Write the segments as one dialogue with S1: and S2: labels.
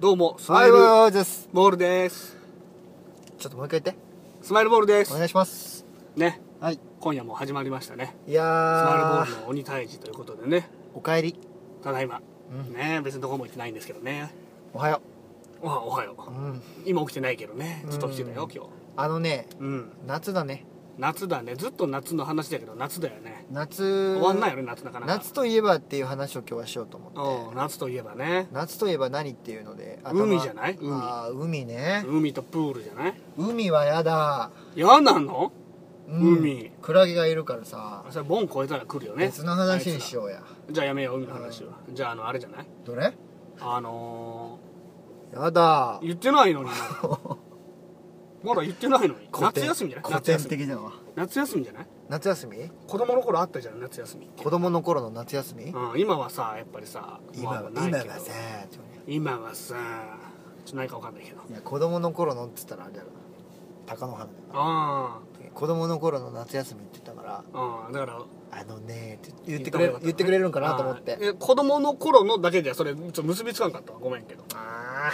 S1: どうも、スマ
S2: は
S1: イ
S2: い、
S1: ル
S2: おはようです。
S1: ボールです。
S2: ちょっともう一回言って。
S1: スマイルボールで
S2: お
S1: す。
S2: 願いします。
S1: ね、
S2: はい。
S1: 今夜も始まりましたね。
S2: い
S1: スマイルボー
S2: や
S1: ルの鬼退治ということでね、
S2: ー、おかえり。
S1: ただいま。
S2: うん
S1: ね、別にどこも行ってないんですけどね。
S2: おはよ
S1: おはおはよ
S2: う。う
S1: う。
S2: ん。
S1: 今起きてないけどね、ちょっと起きてた
S2: う
S1: よ
S2: ん、
S1: 今
S2: あのね、
S1: 日。うん。
S2: 夏だね。
S1: 夏だね、ずっと夏の話だけど、夏だよね。
S2: 夏。
S1: 終わんないよね、夏なかなか。
S2: 夏といえばっていう話を今日はしようと思
S1: う
S2: っ
S1: ん、
S2: て。
S1: 夏といえばね、
S2: 夏といえば何っていうので、
S1: 海じゃない海
S2: ああ、海ね。
S1: 海とプールじゃない
S2: 海はやだ。
S1: 嫌なの
S2: うん
S1: 海。
S2: クラゲがいるからさ。
S1: それ、ボン越えたら来るよね。
S2: 別の話にし
S1: う。
S2: ようや。
S1: じゃあやめよう、海の話は。じゃあ、あの、あれじゃない
S2: どれ
S1: あのー、
S2: やだ。
S1: 言ってないの にまだまだ言ってないのに
S2: 古
S1: 夏
S2: 典
S1: 休みじゃない
S2: 古
S1: 夏
S2: 典
S1: 休み
S2: 的だわ。
S1: 夏休みじゃない
S2: 夏休み
S1: 子供の頃あったじゃん夏休みって
S2: 子供の頃の夏休み
S1: うん、今はさやっぱりさ
S2: 今
S1: ま
S2: は
S1: あ
S2: 今
S1: ないけど
S2: はさ
S1: 今はさちょっとないかわかんないけど
S2: いや子供の頃のっつったらあれだろ高野花だよ
S1: あ
S2: 子供の頃の夏休みって言ったから
S1: あああだから
S2: 「あのね」って言ってくれる言ってくれるんかなと思って
S1: え子供の頃のだけではそれちょっと結びつかんかったわごめんけど
S2: あ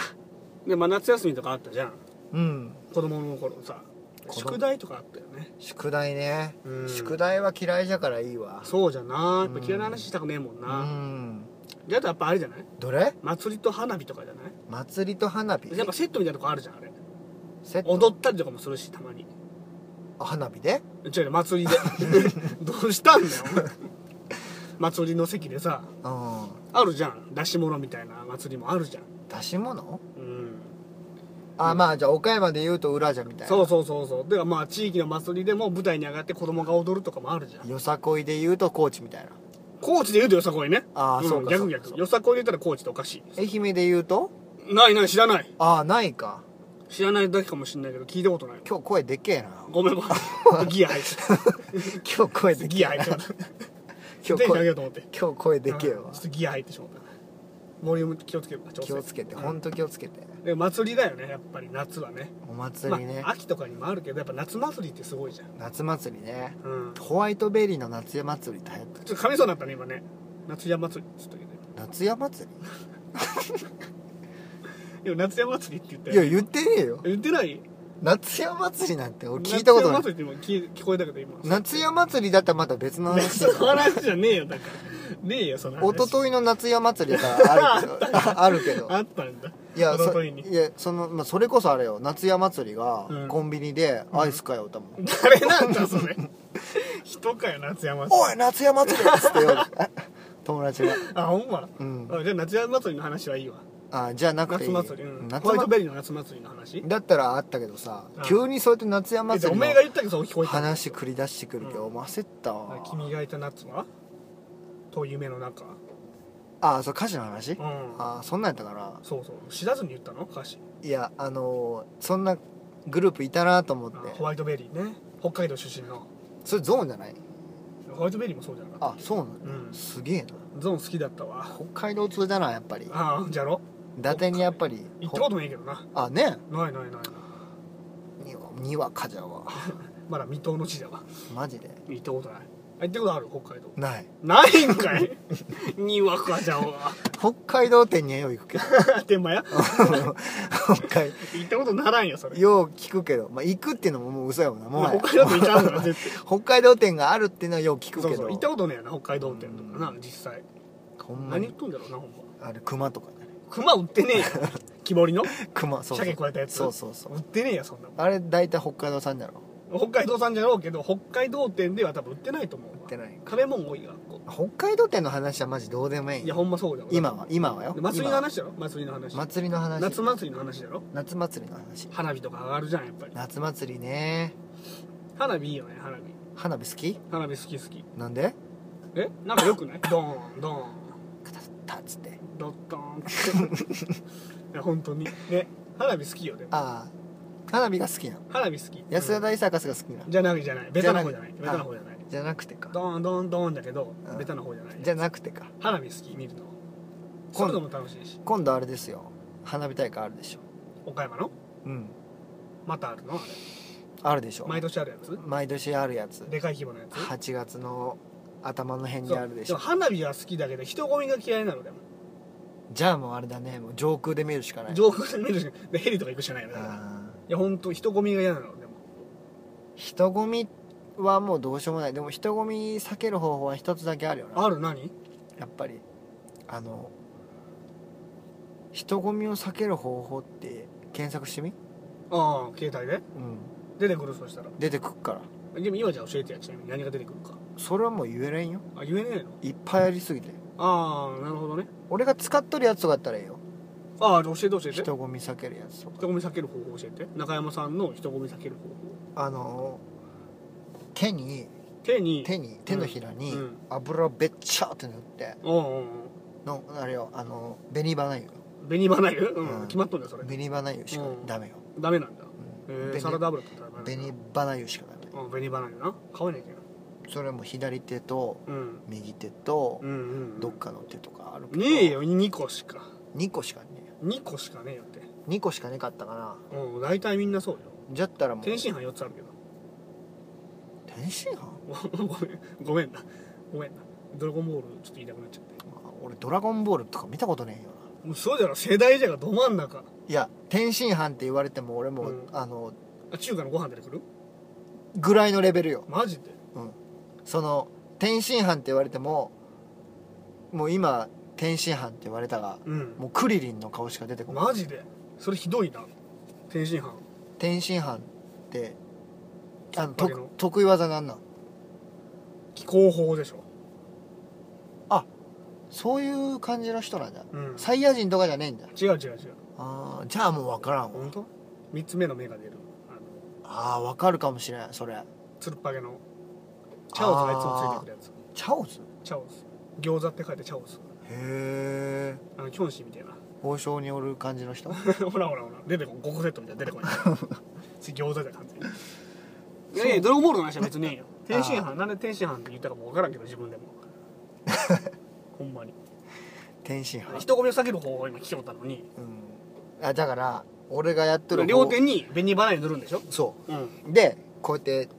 S2: あ
S1: で、まあ、夏休みとかあったじゃん
S2: うん
S1: 子供の頃さ
S2: 子供
S1: 宿題とかあったよね
S2: 宿題ね
S1: うん
S2: 宿題は嫌いじゃからいいわ
S1: そうじゃなやっぱ嫌いな話したくねえもん
S2: う
S1: な、
S2: ん
S1: であとやっぱあれじゃない
S2: どれ
S1: 祭りと花火とかじゃない
S2: 祭りと花火
S1: やっぱセットみたいなとこあるじゃんあれ
S2: セット
S1: 踊ったりとかもするしたまに
S2: あ花火で
S1: 違うよ祭 りでどうしたんだよお前祭りの席でさ
S2: うん
S1: あるじゃん出し物みたいな祭りもあるじゃん
S2: 出し物
S1: うん
S2: あまあじゃあ岡山で言うと裏じゃみたいな
S1: そうそうそうそうでまあ地域の祭りでも舞台に上がって子供が踊るとかもあるじゃん
S2: よさこいで言うと高知みたいな
S1: 高知で言うとよさこいね
S2: あー
S1: ん
S2: そうか
S1: 逆
S2: そう
S1: 逆
S2: か
S1: よさこいで言ったら高知っておかし
S2: 愛媛で言うと
S1: いないない知らない
S2: ああないか
S1: 知らないだけかもしれないけど聞いたことない
S2: 今日声でっけえな
S1: ごめんご めんギア入っ
S2: 今日声
S1: て
S2: でっけ
S1: ギ
S2: え
S1: ア入
S2: な
S1: っちゃった
S2: 今
S1: テンショ
S2: 日
S1: ン上げ
S2: 声
S1: ようと思って
S2: 今日声でけえ
S1: う
S2: わ
S1: んちょっとギア入ってしまったボリューム気をつけようか調整
S2: 気をつけて
S1: うん
S2: 本当気をつけて
S1: で祭りだよねやっぱり夏はね
S2: お祭りね
S1: まあ、秋とかにもあるけどやっぱ夏祭りってすごいじゃん
S2: 夏祭りね
S1: うん
S2: ホワイトベリーの夏夜祭り大変
S1: ちょっと噛みそうになったね今ね夏山祭りっつったけど
S2: 夏夜祭
S1: いや夏山祭りって言った
S2: りいや
S1: よ
S2: 言ってねえよ
S1: 言ってない
S2: 夏夜祭りなんて俺聞いたことない
S1: 夏山祭りって今聞い聞こえたけど今
S2: 夏夜祭りだったらまた別 の話だ
S1: 夏の話じゃねえよだからねえよその話
S2: 一昨日の夏夜祭りだからあ るけどあるけど
S1: あったんだ
S2: いや
S1: 一
S2: そ
S1: 昨日に
S2: いやその、まあ、それこそあれよ夏夜祭りが
S1: うん
S2: コンビニでアイス買えよったもん、
S1: 誰なんだそれ人かよ夏山祭り
S2: おい夏山祭りっつってよ 友達が
S1: あほんま、
S2: うん
S1: あじゃあ夏山祭りの話はいいわ
S2: あじゃあなくてい
S1: 夏
S2: い
S1: 祭り、うん、
S2: 夏
S1: ホワイト
S2: 祭
S1: ベリーの夏祭りの話
S2: りだったらあったけどさ
S1: うん
S2: 急にそうやって夏山
S1: えじゃあ
S2: 祭
S1: お
S2: り
S1: めえが
S2: の
S1: 言ったけどそう聞こえたんだ
S2: 話繰り出してくるけど、
S1: う
S2: もう焦ったわ
S1: 君がいた夏はと夢の中
S2: あそう歌詞の話、
S1: うん
S2: あそんなんやったから
S1: そうそう知らずに言ったの歌詞
S2: いやあのーそんなグループいたなと思って
S1: あホワイトベリーね北海道出身の
S2: それゾーンじゃない
S1: ホワイトベリーもそうじゃなかった
S2: あそうなんだ、
S1: うん
S2: すげえな
S1: ゾーン好きだったわ
S2: 北海道通だなやっぱり
S1: ああじゃろ
S2: 伊達にやっぱり
S1: 行ったことないけどな
S2: あね
S1: ないないないない
S2: にわにわかじゃわ
S1: まだ未踏の地だわ
S2: マジで
S1: 行ったことないあ行ったことある北海道
S2: ない
S1: ないんか いにわかじゃん わ
S2: 北海道店にはよう行くけど
S1: 手前や
S2: 北海
S1: 行ったことならんよそれ
S2: よう聞くけど、まあ、行くっていうのももう嘘やもんなも
S1: まあ
S2: はや
S1: 北海道って行っちゃう から絶対
S2: 北海道店があるっていうのはよう聞くけ
S1: そ
S2: ど
S1: うそう行ったことねえな北海道店とかな
S2: う
S1: 実際
S2: ほんま
S1: 何売
S2: に
S1: っとんだろうなほんま
S2: あれ熊とかね
S1: 熊売ってねえ よ木彫りの
S2: 熊そうそう
S1: 鮭加えたやつ
S2: そうそうそう
S1: 売ってねえやそんなも
S2: あれ大体北海道産だろ
S1: ん北海道産じゃろうけど北海道店では多分売ってないと思う
S2: 売
S1: わ
S2: ってない
S1: 食べ物多いがこ
S2: 北海道店の話はマジどうでもいうい
S1: いやほんまそうだよ
S2: 今は今はよ
S1: で祭りの
S2: 今は
S1: 話だろ祭りの話
S2: 祭りの話
S1: 夏祭りの話だろ
S2: 夏祭りの話
S1: 花火とか上がるじゃんやっぱり
S2: 夏祭りね
S1: 花火いいよね花火
S2: 花火好き
S1: 花火好き好き
S2: なんで
S1: えなんかよくないドーンドー
S2: カタッタッつって
S1: ンドッドーンって いや本当にね花火好きよでも
S2: ああ花火が好きなの
S1: 花火好き
S2: 安田大サーカスが好きなの、
S1: うんじゃなくじゃないベタな方じゃない
S2: じゃ
S1: ベ
S2: な
S1: タ
S2: い
S1: な方じゃない
S2: じゃなくてか
S1: ドーンドーンドーンだけど
S2: うん
S1: ベタな方じゃない
S2: じゃなくてか
S1: 花火好き見るの
S2: 今
S1: そういうのも楽しいし
S2: 今度あれですよ花火大会あるでしょ
S1: 岡山の
S2: うん
S1: またあるのあれ
S2: あるでしょ
S1: 毎年あるやつ
S2: 毎年あるやつ
S1: でかい規模のやつ
S2: 8月の頭の辺
S1: そ
S2: に
S1: う
S2: あるでし
S1: も
S2: ょ
S1: 花火は好きだけど人混みが嫌いなのでも
S2: じゃあもうあれだねもう上空で見るしかない
S1: 上空で見るしでヘリとか行くしかないのだから
S2: あー
S1: いや本当人混みが嫌なのでも
S2: 人混みはもうどうしようもないでも人混み避ける方法は一つだけあるよな
S1: ある何
S2: やっぱりあの人混みを避ける方法って検索してみ、
S1: ああ携帯で
S2: うん、
S1: 出てくるそしたら
S2: 出てくっから
S1: でも今じゃあ教えてやちなみに何が出てくるか
S2: それはもう言えないよ
S1: あ言えねえの
S2: いっぱいありすぎて
S1: ああなるほどね
S2: 俺が使っとるやつとかだったらいいよ
S1: ああじゃあ教えて教えて人
S2: 人混み避けるやつとか
S1: 混み避ける方法教えて中山さんの人混み避ける方法
S2: あの手に
S1: 手に
S2: 手に手のひらに
S1: うん
S2: 油をべっちゃーって塗って
S1: うんうん
S2: のあれよあの紅花油
S1: うん紅花油うん、
S2: うん
S1: 決まっとんだよそれ
S2: 紅花油しか
S1: うん
S2: ダメよ、
S1: ダメなんだ
S2: う
S1: え
S2: ん
S1: ー、
S2: 紅
S1: サラダ油とかダメなん
S2: 紅
S1: だ
S2: 花油しかダメ
S1: うん紅花油な買わなきゃいけない
S2: それはもう左手と
S1: うん
S2: 右手と
S1: うんうんうん
S2: どっかの手とかあるけど
S1: ねえよ2個しか
S2: 2個しかねえよ
S1: 2個しかねえよって
S2: 2個しかねかったかな
S1: うん大体みんなそうよ
S2: じゃったらもう
S1: 天津飯4つあるけど
S2: 天津飯、ま
S1: ごごめんごめんなごめんなドラゴンボールちょっと言いたくなっちゃって
S2: あ俺ドラゴンボールとか見たことねえよな
S1: もうそうじゃろ世代じゃがど真ん中
S2: いや天津飯って言われても俺も、
S1: うん
S2: あの
S1: あ中華のご飯出てくる
S2: ぐらいのレベルよ
S1: マジで
S2: その天津飯って言われてももう今天津飯って言われたが
S1: うん
S2: もうクリリンの顔しか出てこない
S1: マジでそれひどいな天津飯
S2: 天津飯ってあの
S1: きっかけ
S2: と
S1: の
S2: 得意技なんなん
S1: 気候法でしょ
S2: そういう感じの人なんだ
S1: うん
S2: サイヤ人とかじゃねえんだ
S1: 違う違う違う
S2: あーじゃあもう分からんわ
S1: 本当三つ目の目が出るあの
S2: あー分かるかもしれないそれ
S1: つるっぱげのチャオズがいつもついてくるやつ
S2: チャオズ
S1: チャオズ餃子って書いてチャオズ
S2: へえ
S1: あのキョンシーみたいな
S2: 王将による感じの人
S1: ほらほらほら出てこん5個セットみたいな出てこない 次餃子じゃ完全にいやいやドラゴンボールの話は別 にねえよ天津飯なんで天津飯って言ったかも分からんけど自分 でもほんまに
S2: 天津飯、
S1: 人混みを避ける方法を今聞きおったのに
S2: うん、あだから俺がやってる
S1: 両手に紅花に塗るんでしょ
S2: そ
S1: うん
S2: うでこうやって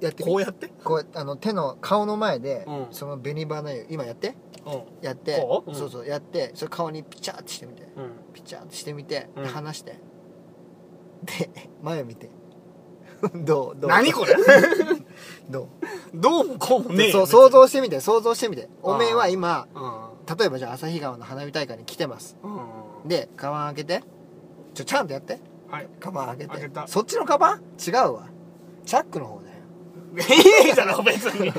S2: やってみ
S1: こうやって
S2: こうやってあの手の顔の前で、
S1: うん
S2: その紅花油今やって
S1: う
S2: やって
S1: こううん
S2: そうそうやってそれ顔にピチャーってしてみて
S1: んうん
S2: ピチャーってしてみて、
S1: うん
S2: で離してで前を見て どうどう
S1: 何 これ
S2: ど
S1: どうもこうも
S2: う、
S1: ねえ
S2: そ
S1: よ
S2: う想像してみて想像してみておめえは今
S1: うん
S2: 例えばじゃあ旭川の花火大会に来てます
S1: うん
S2: でカバン開けてちょちゃんとやって
S1: はい
S2: カバン開けて
S1: 開けた
S2: そっちのカバン違うわチャックの方だよ
S1: ええじゃろ別に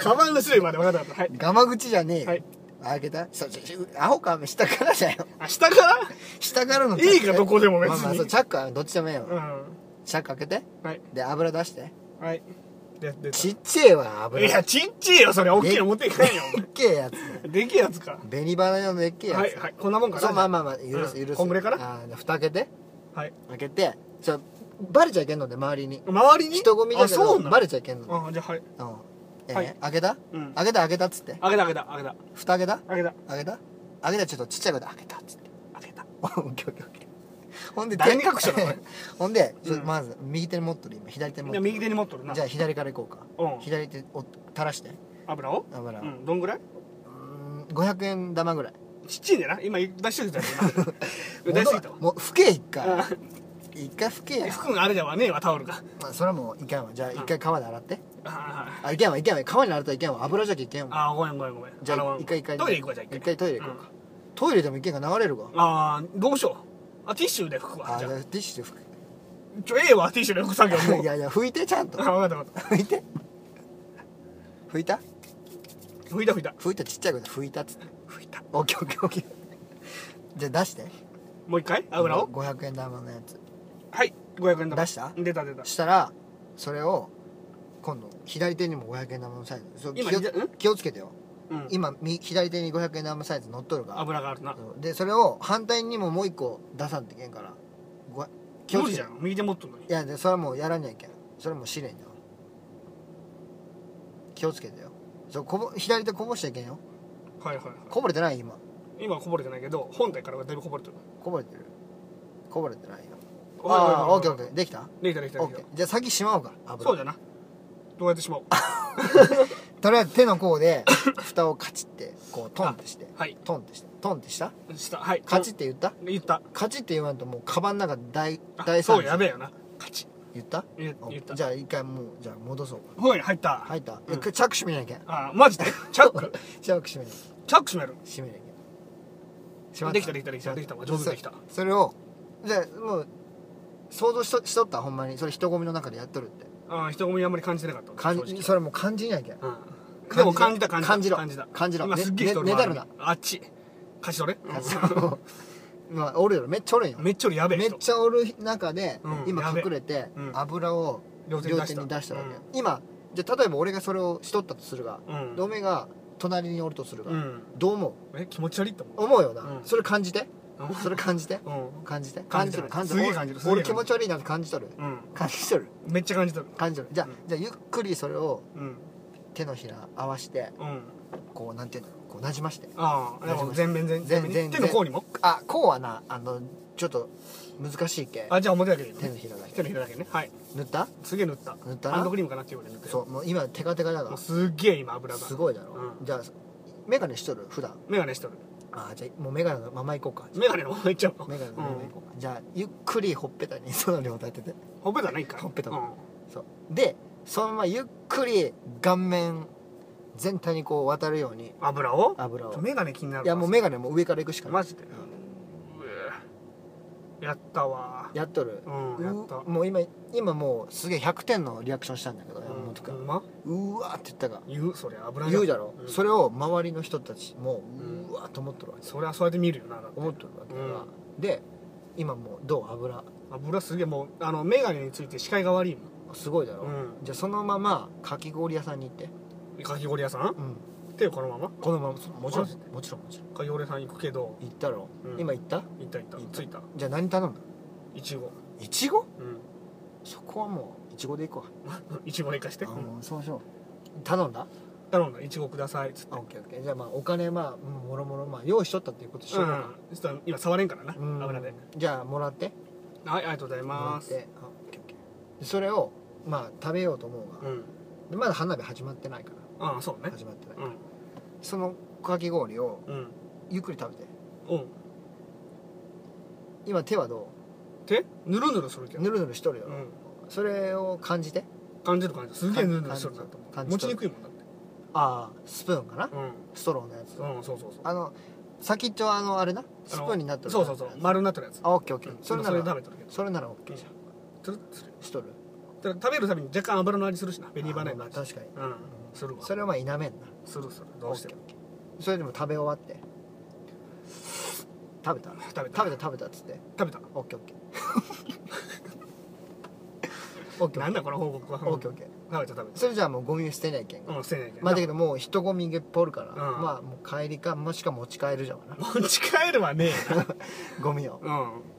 S1: カバンの種類まで分かったはい
S2: ガマ口じゃねえよ、
S1: はい
S2: 開けたそうちょちょ青か下からだよ
S1: あ下から
S2: 下からの
S1: いいかどこでも別に
S2: まあまあそうチャックはどっちでもいいよ、
S1: うん
S2: チャック開けて
S1: はい
S2: で油出して
S1: はいで出た
S2: ちっちゃいわ油
S1: いやちっちゃいよそれ大きいの持っていかないよ
S2: でっけえやつ
S1: でけえやつか
S2: 紅花用のでっけえやつ、
S1: はいはいこんなもんかな
S2: そうまあまあまあ許す
S1: うん
S2: 許す、
S1: こんぐらいかな
S2: あーで蓋開けて
S1: はい
S2: 開けてちょバレちゃいけんので周りに
S1: 周りに
S2: 人混みだ
S1: あ
S2: け
S1: そ
S2: ど
S1: うな
S2: バ
S1: の
S2: レちゃいけんので
S1: あじゃあはい
S2: うんえー
S1: はい
S2: 開けた
S1: うん
S2: 開けた開けたっつって
S1: 開けた開けた開けた
S2: 蓋開けた
S1: 開けた
S2: 開けた開けたちょっとちっちゃい声で開けたっつって
S1: 開けた
S2: オッケーオッケーオッケーほんで
S1: 誰に隠したのこれ
S2: ほんで、ちょ
S1: うん
S2: まず右手に持っとる今左手に持っ
S1: いや
S2: とる
S1: 右手に持っとるな
S2: じゃあ左から行こうか
S1: うん
S2: 左手を垂らして
S1: 油を
S2: 油を、
S1: う
S2: うん
S1: んどんぐらい
S2: 500円玉ぐらい
S1: ちっちゃいんだよな今出しといたやつな出しすぎたわ
S2: もう吹け一
S1: うん
S2: 回一回吹けや、
S1: 服があれじゃわねえわタオルが
S2: まあ、それはもういかんわじゃあ一回川で洗って
S1: あ
S2: あいけんわいけんわ川に洗ったらいけんわ油じゃきいけんわ
S1: あーごめんごめんごめん
S2: じゃあ
S1: 洗わん
S2: 一回一回
S1: トイレ行こうじゃあ
S2: 一回トイレ行こうかトイレでもいけんが流れるわ
S1: うんああどうしようあティッシュで拭くわ
S2: あ
S1: じ
S2: じ
S1: ゃ
S2: ゃあ
S1: あ
S2: ティッシュで吹
S1: ちょええわティッシュで拭く作業も
S2: く いやいや拭いてちゃんと
S1: あ分かった分かっ
S2: 拭いて拭いた
S1: た拭いた拭いた
S2: 拭いたちっちゃい声で拭いたっつって
S1: 拭いた
S2: オッケーオッケーオッケーじゃあ出して
S1: もう一回油を
S2: 500円玉のやつ
S1: はい500円だ
S2: 出した
S1: 出た出た
S2: したらそれを今度左手にも500円玉のサイズそう気
S1: 今
S2: を
S1: じゃん
S2: 気をつけてよ
S1: うん
S2: 今み左手に500円玉のサイズ乗っとるから
S1: 油があるな
S2: そうでそれを反対にももう一個出さんといけんからご気を
S1: 無
S2: つ
S1: 理
S2: け
S1: じ
S2: て
S1: ゃん右手持っとるのに
S2: いやでそれはもうやらにゃいけんそれはもう試練だわ気をつけてよそうこぼ左手こぼしちゃいけんよ
S1: はいはいはい
S2: こぼれてない今
S1: 今はこぼれてないけど本体からはだいぶこぼれてる
S2: こぼれてるこぼれてないよああ
S1: は
S2: オッ
S1: い
S2: ケー
S1: は
S2: オ
S1: いは
S2: ッケ
S1: い
S2: ーできた
S1: できたできた
S2: オ
S1: で
S2: ッ
S1: き
S2: ケ
S1: た
S2: ーじゃあ先しまおうか油
S1: そうじゃなどうやってしまおう
S2: とりあえず手の甲で蓋をカチってこうトンってして
S1: はい
S2: トンってしてトンってした
S1: したはい
S2: カチって言った
S1: 言った
S2: カチって言わんともうカバンの中で大
S1: あ
S2: 大
S1: そ
S2: 惨
S1: うや
S2: 事
S1: べえよなカチ
S2: 言った
S1: 言言った
S2: じゃあ一回もうじゃあ戻そうか
S1: ほい入った
S2: 入った、
S1: うん
S2: 一回チャック閉めなきゃ
S1: あマジでチャック
S2: チャック閉めなきゃ
S1: チャック閉める
S2: 閉めなきゃ閉まっ
S1: できたできたできたできた上手にできた
S2: それをじゃあもう想像しとしとったほんまにそれ人混みの中でやっとるって
S1: あー人混みあんまり感じてなかった
S2: 感
S1: 正
S2: じ
S1: 直
S2: それもう感じなきゃ
S1: うんでも感じた感じた
S2: 感じろ
S1: 感じた
S2: 感じろ
S1: 今すっげえ人おる
S2: ねねだるな
S1: 周りにあっち勝ち取れ
S2: 感じろまあおるよめっちゃおるんよ
S1: めっちゃ俺やべえ
S2: め
S1: 人
S2: っちゃおる中で、
S1: うん
S2: 今
S1: やべえ
S2: 隠れて、
S1: うん
S2: 油を
S1: 両手に
S2: 両
S1: 出し
S2: 手
S1: た
S2: に出したわけ、今じゃあ例えば俺がそれをしとったとするが、
S1: うん
S2: 同盟が隣におるとするが、
S1: うん
S2: どう思う
S1: え気持ち悪いって思う
S2: 思うよな、
S1: うん
S2: それ感じてそれ感じて
S1: うん
S2: 感じて
S1: 感じて
S2: る
S1: る
S2: 感じて
S1: すげ
S2: る
S1: え感じるすげえ
S2: 俺
S1: 感じ
S2: 気
S1: る
S2: 持ち悪いなって感じとる
S1: うん
S2: 感じとる
S1: めっちゃ感じてる
S2: 感じとるじゃあ、
S1: うん
S2: じゃあゆっくりそれを
S1: うん
S2: 手のひら合わして
S1: うん
S2: こうなんていうのこうなじまして
S1: ああでも全面全
S2: 全
S1: 面
S2: 全
S1: 手の甲にも
S2: あこうはなあのちょっと難しいけ
S1: あじゃあ表だけでいいの
S2: 手のひらだけ
S1: 手のひらだけねはい
S2: 塗った
S1: すげえ塗った
S2: 塗ったな
S1: ハンドクリームかなっていうぐらい塗った
S2: そうもう今テカテカだ
S1: うも
S2: か
S1: うすっげえ今油
S2: ら
S1: が
S2: すごいだろ、
S1: う
S2: じゃあメガネしとる普段
S1: 眼鏡しとる
S2: あじゃあもうメガネのまま行こうか
S1: 眼鏡のままいっちゃうの
S2: メガネの
S1: う
S2: まま行こうか、じゃあゆっくりほっぺたにその両手当てて
S1: んほっぺたないか
S2: ほっぺた
S1: うん
S2: そうでそのままゆっくり顔面全体にこう渡るように
S1: 油を
S2: 油を
S1: 眼鏡気になる
S2: いやもうメガネもう上から行くしかな
S1: マ
S2: い
S1: ジでうえやったわ
S2: やっとる
S1: うんやった
S2: うもう今今もうすげえ100点のリアクションしたんだけど山本
S1: う
S2: 君
S1: んま
S2: うわーって言ったが
S1: 言うそりゃ油
S2: 言うだろ
S1: ん
S2: それを周りの人たちも
S1: うん
S2: うわーと思っとるわけ
S1: そりゃそうやって見るよなだって
S2: 思っとるわけだからで今もうどう油
S1: 油すげえもうあの眼鏡について視界が悪いも
S2: すごいだろ
S1: んう
S2: じゃあそのままかき氷屋さんに行って
S1: んかき氷屋さん
S2: うん
S1: 手をこのまま
S2: このままもちろん
S1: マジ
S2: もちろんもちろん
S1: かき氷屋さん行くけど
S2: 行ったろ
S1: うん
S2: 今行った
S1: 行った行った
S2: 行った
S1: 着いた
S2: じゃあ何頼む
S1: いちご
S2: いちご
S1: うん
S2: そこはもういちごでいこう
S1: いちごで行かして
S2: あ
S1: うん
S2: もうそうしよう頼んだ
S1: 頼んだいちごくださいっつって
S2: あオッケーオッケーじゃあまあお金まあうんもろもろまあ用意しとったっていうことし
S1: う
S2: ようか
S1: んそしたら今触れんからな
S2: うん
S1: 油で
S2: じゃあもらって
S1: はいありがとうござい
S2: もら
S1: ま
S2: っ
S1: す
S2: てあオッケーオッケーでそれをまあ食べようと思うが
S1: うん
S2: でまだ花火始まってないか
S1: ああそう
S2: ら
S1: ね、
S2: 始まってないう
S1: ん
S2: そのかき氷を
S1: うん
S2: ゆっくり食べて
S1: うん
S2: 今手はど
S1: 手ぬるぬるするけ
S2: う
S1: ど
S2: ぬるぬるしとるよ、
S1: うん
S2: それを感じて
S1: 感じる感じるすげえぬるぬるしとるなと思
S2: 感
S1: う持
S2: じ感じ
S1: ちにくいもんだって
S2: ああスプーンかな
S1: う
S2: ストローのやつ
S1: んうんそうそうそう
S2: あの先っちょはあのあれなスプーンになっとる
S1: そうそうそう丸になってるやつ
S2: あオッケーオッケー、
S1: うん
S2: それな
S1: それ食
S2: ら
S1: べてるけど
S2: それならオッケーじゃん
S1: つるっつる
S2: しとる
S1: ただ食べるたびに若干油の味するしな紅花
S2: あ
S1: に
S2: ま
S1: な
S2: あ
S1: る
S2: 確かに
S1: うんするわ
S2: それはまあ否めんな
S1: するするどうしても
S2: オッケーオッケーそれでも食べ終わって食べた
S1: 食べた
S2: 食べた食べたっつって
S1: 食べた
S2: オッケーオッ ケーオッケー
S1: なんだこの報告は
S2: オッケ
S1: う
S2: ーオ
S1: ん
S2: ッケー
S1: 食べた食べ
S2: それじゃあもうゴミ捨てないけん
S1: たうん捨てないけど
S2: まあだけどもう人混みゲップおるから、
S1: うん
S2: まあもう帰りかもしか持ち帰るじゃんな
S1: 持ち帰るはねえな
S2: ゴミを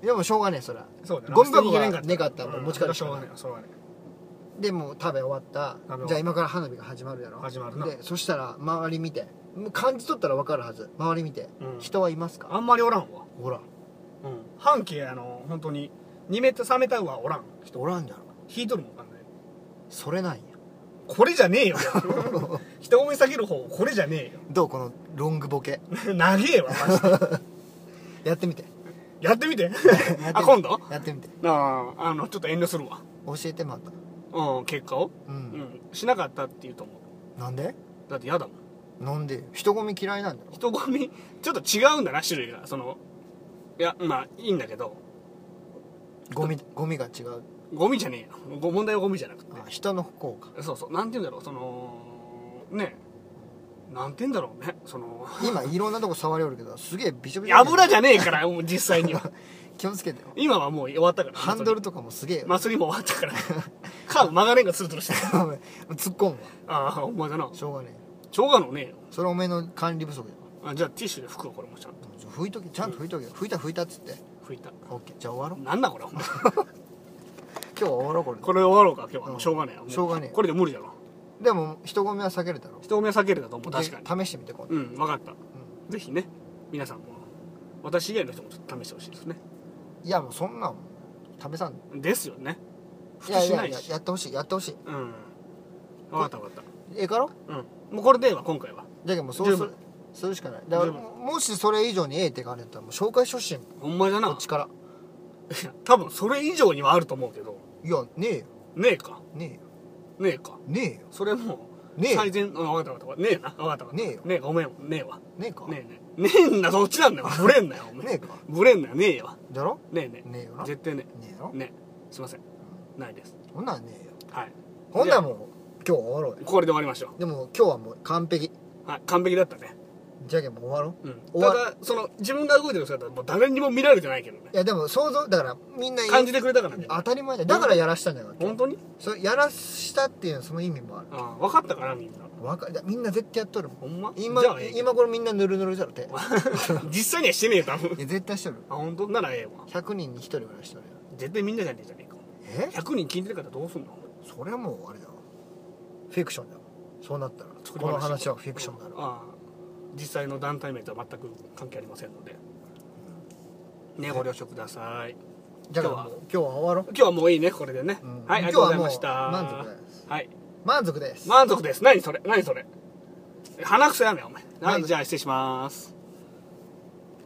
S1: う
S2: でもしょうがねえそら
S1: んそうだな
S2: ゴミ箱
S1: 捨て
S2: が
S1: に行け
S2: ねかったら
S1: う
S2: もうん持ち帰るし
S1: しょう
S2: か
S1: が
S2: な
S1: ね
S2: い
S1: えしょうがね
S2: でもう食べ終わった
S1: べ終わった
S2: じゃあ今から花火が始まるやろ
S1: 始まるな
S2: でそしたら周り見てもう感じ取ったら分かるはず周り見て、
S1: えうん
S2: 人はいますか
S1: あんまりおらんわ
S2: ほら
S1: うん半径あの本当に2メートル3メートルはおらん
S2: 人おらんじゃろ
S1: 引いとるもんかんない
S2: それなんや
S1: これじゃねえよ 人混み避ける方これじゃね
S2: どうこのロングボケ
S1: えよ 長えわマジで
S2: やってみて
S1: やってみて
S2: やってみて
S1: あ今度
S2: やってみて
S1: あああのちょっと遠慮するわ
S2: 教えてまた
S1: うん結果を
S2: う、
S1: うんんしなかったって言うと思う
S2: なんで
S1: だって嫌だもん
S2: なんで人混み嫌いなんだろ
S1: 人混みちょっと違うんだな種類がそのいやまあいいんだけど
S2: ゴミゴミが違う
S1: ゴミじゃねえよご問題はゴミじゃなくて
S2: あ人の不幸か
S1: そうそうなんて言うんだろうそのねなんて言うんだろうねそ の
S2: 今いろんなとこ触りおるけどすげえびしょびしょ
S1: 油じ
S2: ゃ
S1: ゃねえからもう実際には
S2: 気をつけてよ
S1: 今はもう終わったから
S2: ハンドルとかもすげえよ、
S1: 祭りも終わったからカーブ曲がれんがツルツルしてる
S2: 突っ込むわ
S1: ああお前だな
S2: しょうがね
S1: しょうがのねえよ
S2: えそれおめえの管理不足だよ
S1: あじゃあティッシュで拭くわこれもちゃんと
S2: ちょ拭いとけちゃんと拭いとけよ拭いた拭いたっつって
S1: 拭いた
S2: OK じゃあ終わろう
S1: なんだこれお前
S2: 今日は終わろうこれ
S1: これ終わろうか今日は
S2: う
S1: も
S2: ん
S1: うしょうがねえよも
S2: しょうがねえ
S1: これで無理だろ
S2: でも人混みは避けるだろ
S1: 人混みは避けるだと思う確かに
S2: で試してみて今度、
S1: うん分かった、ぜひね皆さんも私以外の人もちょっと試してほしいですね
S2: いやもうそんなん試さんで
S1: ですよね
S2: い
S1: 普
S2: や
S1: 通
S2: い
S1: しな
S2: やい
S1: い
S2: や
S1: し
S2: やってほしいやってほしい
S1: うん分かった分かっ
S2: ええかろ
S1: たうんもうこれでええわ今回は
S2: じゃあもうそうす
S1: 十
S2: る
S1: 分
S2: それしかないだか
S1: 十
S2: ら
S1: 分
S2: もしそれ以上に A って書かれてたらもう紹介初心
S1: ほんまじゃ
S2: こ
S1: な
S2: っちから
S1: 多分それ以上にはあると思うけど
S2: いやねえよ
S1: ねえか
S2: ね
S1: ねえか
S2: えよねえよ
S1: それも
S2: ねえよ
S1: 最善あ分かった分かったねえな分かった分かった
S2: ねえよ
S1: ねえごめんねえわ
S2: ねえか
S1: ねえねえねえんだそっちなんだ よブレんなよお前
S2: ねえか
S1: ブレんなよねえわ
S2: だろ
S1: ねえねえ
S2: ねえよなね
S1: 絶対ね
S2: えよ
S1: えねえすいませんないです
S2: ほんなんねえよ
S1: はい
S2: ほんならもう今日終わろうよ
S1: これで終わりましょ
S2: でも今日はもう完璧
S1: うはい完璧だったね
S2: じゃけんもう終わろう
S1: うん
S2: 終
S1: た
S2: わ
S1: だその自分が動いてる姿はもう誰にも見られてないけどね
S2: いやでも想像だからみんな
S1: 感じてくれたからね
S2: 当たり前だよだからやらしたんじゃなくて
S1: 本当に
S2: それやらしたっていうのはその意味もある
S1: あ分かったかなみんな
S2: わかいやみんな絶対やっとるもん
S1: ほんま
S2: 今
S1: じゃあええけど
S2: 今これみんなぬるぬるじゃろ手い
S1: 実際にはしてねえよ多 分
S2: や絶対しとる
S1: あ本当ならええわ
S2: 100人に1人ぐらいしとるよ
S1: 絶対みんなじゃねえじゃねえか
S2: え
S1: 100人聞いてる方どうすんの
S2: それはもうあれだわフィクションだわそうなったら
S1: 作り話
S2: この話はフィクションだろ
S1: ああ実際の団体名とは全く関係ありませんのでねご了承ください
S2: じゃあもう今日は終わろ
S1: 今日はもういいねこれでね、
S2: う、うん
S1: はいあり
S2: 今
S1: がとうご
S2: 日は
S1: ざい
S2: もう
S1: ました
S2: 満足です
S1: はい
S2: 満足です
S1: 満足です何それ何それ鼻くそやめお前は
S2: 満
S1: い
S2: 足
S1: じゃあ失礼します